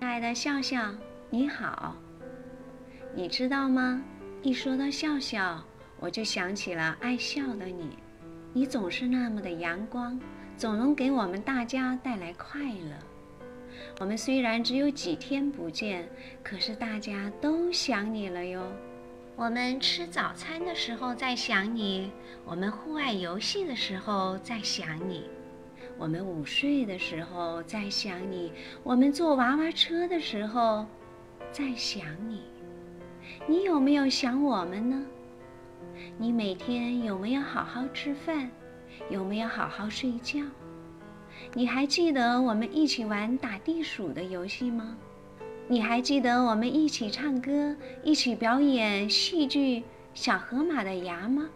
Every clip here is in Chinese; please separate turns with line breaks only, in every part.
爱的笑笑，你好。你知道吗？一说到笑笑，我就想起了爱笑的你。你总是那么的阳光，总能给我们大家带来快乐。我们虽然只有几天不见，可是大家都想你了哟。我们吃早餐的时候在想你，我们户外游戏的时候在想你，我们午睡的时候在想你，我们坐娃娃车的时候在想你。你有没有想我们呢？你每天有没有好好吃饭？有没有好好睡觉？你还记得我们一起玩打地鼠的游戏吗？你还记得我们一起唱歌、一起表演戏剧《小河马的牙》吗？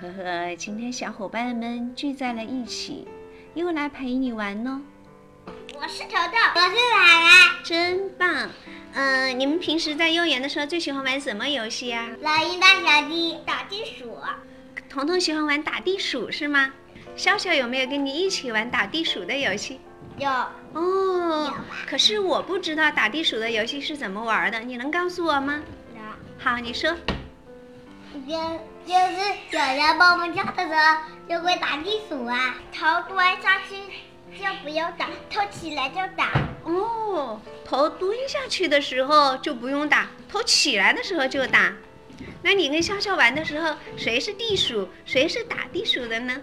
呵呵，今天小伙伴们聚在了一起，又来陪你玩呢、
我是头头，我是奶奶。
真棒！嗯、你们平时在幼儿园的时候最喜欢玩什么游戏啊？
老鹰当小鸡，打地鼠。
彤彤喜欢玩打地鼠是吗？笑笑有没有跟你一起玩打地鼠的游戏？
有，
哦，可是我不知道打地鼠的游戏是怎么玩的，你能告诉我吗？
那
好，你说。
就就是有人帮忙跳的时候就会打地鼠啊，头端上去就不用打，头起来就打。
哦，头蹲下去的时候就不用打，头起来的时候就打。那你跟笑笑玩的时候，谁是地鼠，谁是打地鼠的呢？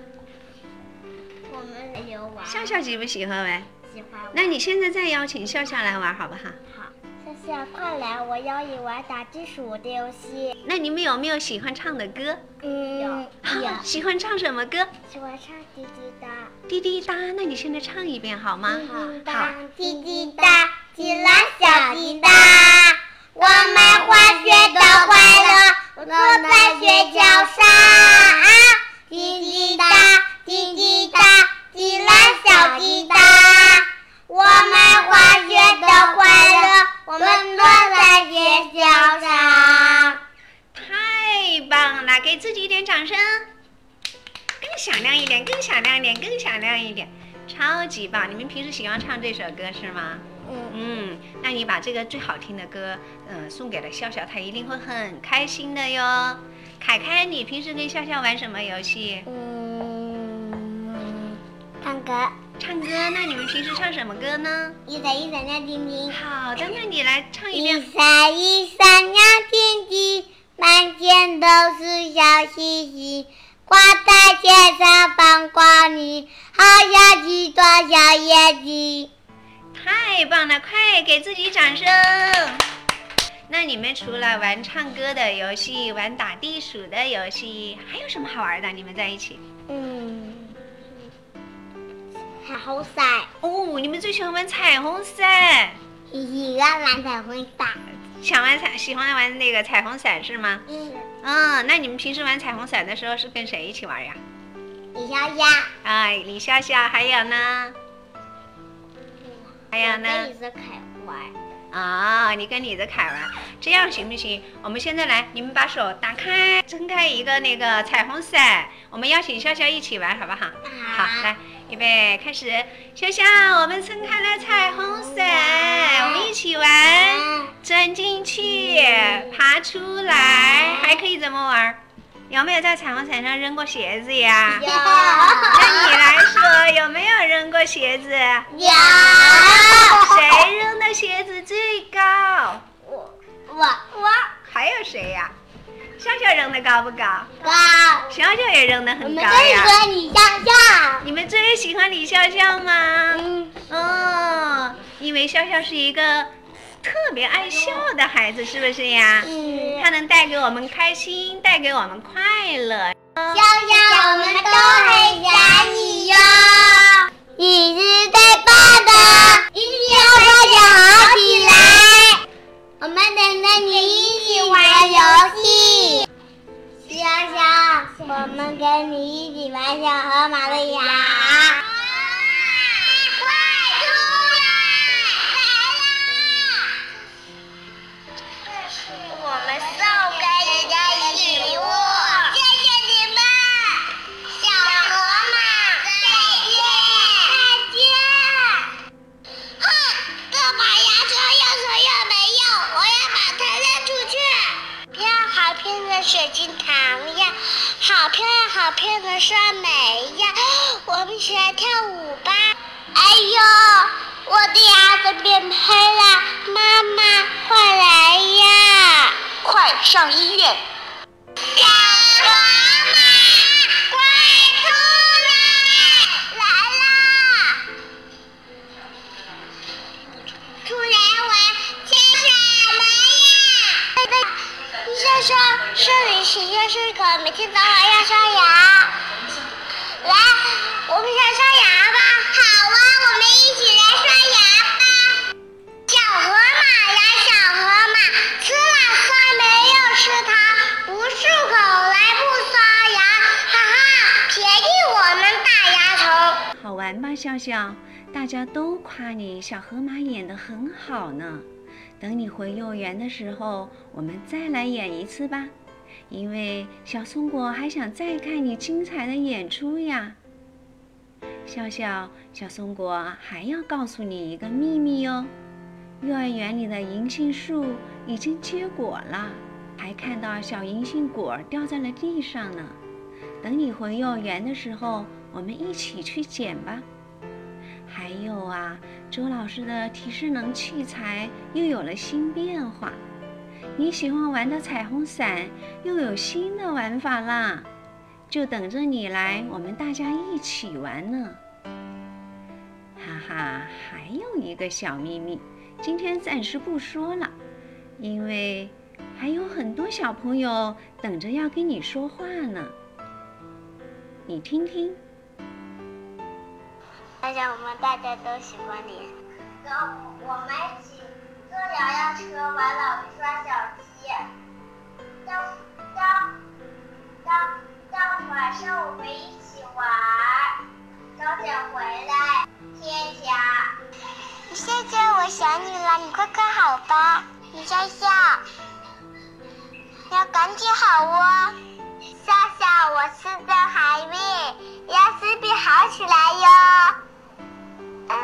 我们没有玩，
笑笑喜不喜欢玩？
喜欢玩。
那你现在再邀请笑笑来玩好不好？
好，笑笑快来，我要你玩打地鼠的游戏。
那你们有没有喜欢唱的歌？
嗯，
喜欢唱什么歌？
喜欢唱滴滴答。
滴滴答。那你现在唱一遍好吗？
嗯
好。
滴滴答，滴啦小滴答，我们化学的快乐坐在雪橇上。滴滴答，滴滴答，滴啦小滴答，我们化学的快乐，我们坐在雪橇上。
太棒了，给自己一点掌声，更响亮一点，更响亮一点，更响亮一点，超级棒！你们平时喜欢唱这首歌是吗？
嗯，
嗯，那你把这个最好听的歌，嗯、送给了笑笑，他一定会很开心的哟。凯凯，你平时跟笑笑玩什么游戏？
嗯，唱歌，
唱歌？那你们平时唱什么歌呢？
一闪一闪亮晶晶。
好的，那你来唱一遍。
一闪一闪亮晶晶，满天都是小星星，挂在天上放光明，好像几双小眼睛。
太棒了，快给自己掌声！那你们除了玩唱歌的游戏，玩打地鼠的游戏，还有什么好玩的？你们在一起？
嗯，彩虹伞，
哦，你们最喜欢玩彩虹伞，
喜欢玩彩虹伞。
想玩彩，喜欢玩那个彩虹伞是吗？
嗯，
嗯，那你们平时玩彩虹伞的时候是跟谁一起玩呀？
李小雅，
哎，李笑笑，还有呢？还有呢？
我跟你说凯玩。
啊、你跟李子凯玩，这样行不行？我们现在来，你们把手打开，撑开一个那个彩虹伞，我们邀请笑笑一起玩，好不好？好，来，预备，开始！笑笑，我们撑开了彩虹伞，我们一起玩，
嗯
钻进去，爬出来，还可以怎么玩？有没有在彩虹伞上扔过鞋子 呀？
有
那你来说，有没有扔过鞋子？
有
谁扔的鞋子最高？
我我我
还有谁呀、笑笑扔的高不高？
高。
笑笑也扔的
我
很
们
高
跟你
呀。
说，你笑笑。
你们最喜欢李笑笑吗？
嗯，
哦，因为笑笑是一个特别爱笑的孩子，是不是啊呀？
嗯
他能带给我们开心，带给我们快乐。
笑笑，我们都很想你哟。你是最棒的，一定要快点好起来。我们等着你一起玩游戏。笑笑，我们跟你一起玩小河马的牙。快出来！我们送给你的礼物，谢谢你们，小河马，再见，再见。哼，干嘛呀？
的水晶糖呀，好漂亮，好漂亮的山梅呀！我们一起来跳舞吧！哎呦，我的牙都变黑了，妈妈快来呀！
快上医院！
小河马，快出来！来啦！出来玩，牵什么呀？医生说，生理期要适可，每天早晚要刷牙。来，我们来刷牙吧。好啊，我们一起来刷牙吧。小河马呀，小河马，吃了酸梅又吃糖，不漱口来不刷牙，哈哈，便宜我们大牙虫。
好玩吧，笑笑？大家都夸你小河马演得很好呢。等你回幼儿园的时候，我们再来演一次吧，因为小松果还想再看你精彩的演出呀。笑笑，小松果还要告诉你一个秘密哟、幼儿园里的银杏树已经结果了，还看到小银杏果掉在了地上呢。等你回幼儿园的时候，我们一起去捡吧。还有啊，周老师的提示能器材又有了新变化，你喜欢玩的彩虹伞又有新的玩法啦，就等着你来，我们大家一起玩呢。哈哈，还有一个小秘密，今天暂时不说了，因为还有很多小朋友等着要跟你说话呢。你听听，
大家，我们大家都喜欢你。走，我们一起坐摇摇车，玩老鱼抓小鸡。到到到到晚上我们一起玩，早点回来，谢谢。谢谢，我想你了，你快快好吧，你笑笑，要赶紧好哦。笑笑，我是张海蜜，要身体好起来哟。嗯，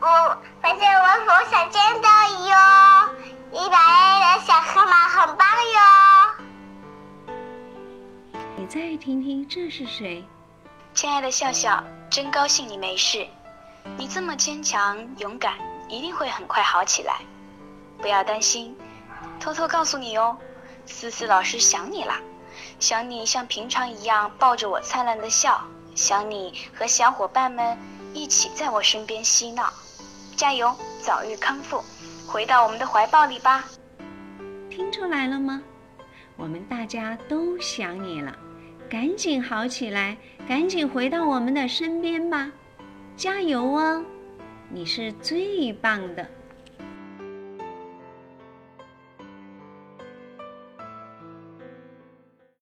我反正我总想见到你哟，你把的小河马很棒哟。
你再听听这是谁？
亲爱的笑笑，真高兴你没事。你这么坚强勇敢，一定会很快好起来。不要担心，偷偷告诉你哦，思思老师想你啦，想你像平常一样抱着我灿烂的笑，想你和小伙伴们一起在我身边嬉闹。加油，早日康复，回到我们的怀抱里吧。
听出来了吗？我们大家都想你了，赶紧好起来，赶紧回到我们的身边吧，加油哦！你是最棒的。